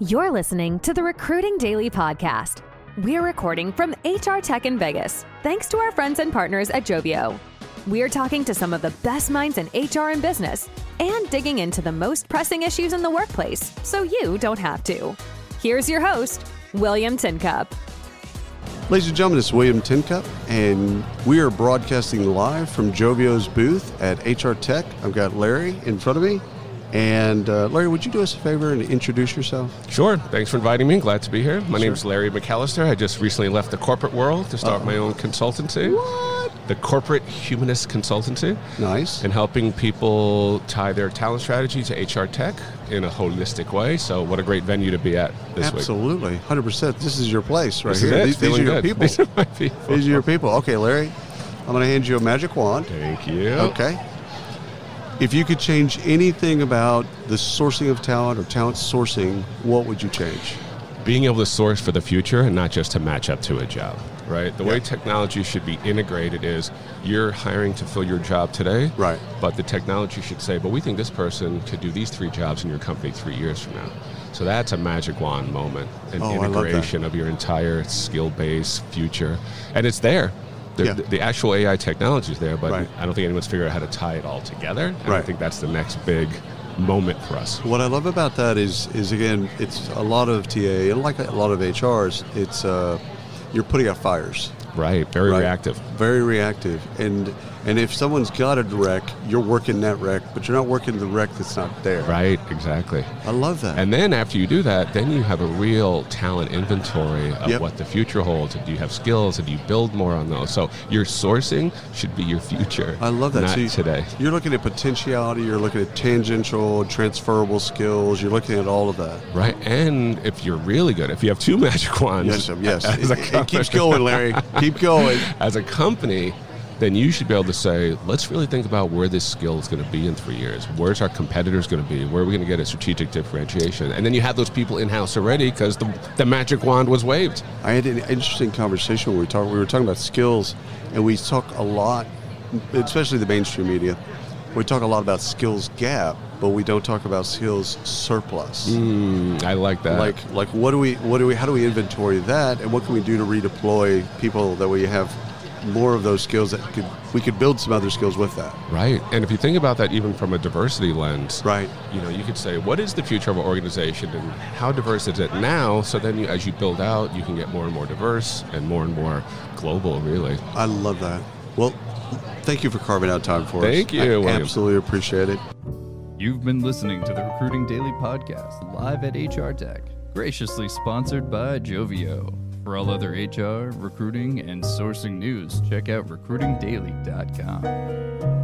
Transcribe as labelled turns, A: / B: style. A: You're listening to the Recruiting Daily Podcast. We're recording from HR Tech in Vegas, thanks to our friends and partners at Jovio. We're talking to some of the best minds in HR and business and digging into the most pressing issues in the workplace so you don't have to. Here's your host, William Tincup.
B: Ladies and gentlemen, it's William Tincup, and we are broadcasting live from Jovio's booth at HR Tech. I've got Larry in front of me. And uh, Larry, would you do us a favor and introduce yourself?
C: Sure. Thanks for inviting me. Glad to be here. My name's Larry McAllister. I just recently left the corporate world to start
B: Oh.
C: my own consultancy. What? The Corporate Humanist Consultancy.
B: Nice.
C: And helping people tie their talent strategy to HR tech in a holistic way. So, what a great venue to be at this week.
B: Absolutely, hundred percent. This is your place right
C: This is
B: here.
C: it.
B: These, these are
C: Feeling
B: your
C: good.
B: people.
C: These
B: these
C: are my people.
B: are your people. Okay, Larry, I'm going to hand you a magic wand.
C: Thank you.
B: Okay. If you could change anything about the sourcing of talent or talent sourcing, what would you change?
C: being able to source for the future and not just to match up to a job, right? The way technology should be integrated is you're hiring to fill your job today,
B: Right.
C: But the technology should say, but we think this person could do these three jobs in your company three years from now. So that's a magic wand moment, an
B: Oh, I love that.
C: integration of your entire skill base, future, and it's there. The,
B: Yeah.
C: the, the actual AI technology is there, but
B: Right.
C: I don't think anyone's figured out how to tie it all together. And I
B: Right.
C: think that's the next big moment for us.
B: What I love about that is, is again, it's a lot of TA and like a lot of HRs, it's uh, you're putting out fires.
C: Right, very
B: Right.
C: reactive.
B: Very reactive. And and if someone's got a wreck, you're working that wreck, but you're not working the wreck that's not there.
C: Right, exactly.
B: I love that.
C: And then after you do that, then you have a real talent inventory of
B: Yep.
C: what the future holds. And do you have skills? And do you build more on those? So your sourcing should be your future.
B: I love that.
C: Not
B: So you-
C: today.
B: You're looking at potentiality, you're looking at tangential, transferable skills, you're looking at all of that.
C: Right. And if you're really good, if you have two magic wands,
B: Yes, um, yes.
C: As
B: It,
C: a
B: it
C: company,
B: keeps going, Larry. Keep going.
C: as a company, then you should be able to say, let's really think about where this skill is going to be in three years. Where's our competitors going to be? Where are we going to get a strategic differentiation? And then you have those people in house already because the, the magic wand was waved.
B: I had an interesting conversation where we talked. We were talking about skills, and we talk a lot, especially the mainstream media. We talk a lot about skills gap, but we don't talk about skills surplus.
C: Mm, I like that.
B: Like, like what do we, what do we, how do we inventory that, and what can we do to redeploy people that we have more of those skills that could we could build some other skills with that.
C: Right. And if you think about that even from a diversity lens,
B: Right.
C: you know, you could say, what is the future of our organization and how diverse is it now? So then you, as you build out, you can get more and more diverse and more and more global, really.
B: I love that. Well, thank you for carving out time for us.
C: Thank you,
B: I
C: William.
B: absolutely appreciate it.
D: You've been listening to the Recruiting Daily Podcast, live at HR Tech, graciously sponsored by Jovio. For all other HR, recruiting, and sourcing news, check out recruitingdaily.com.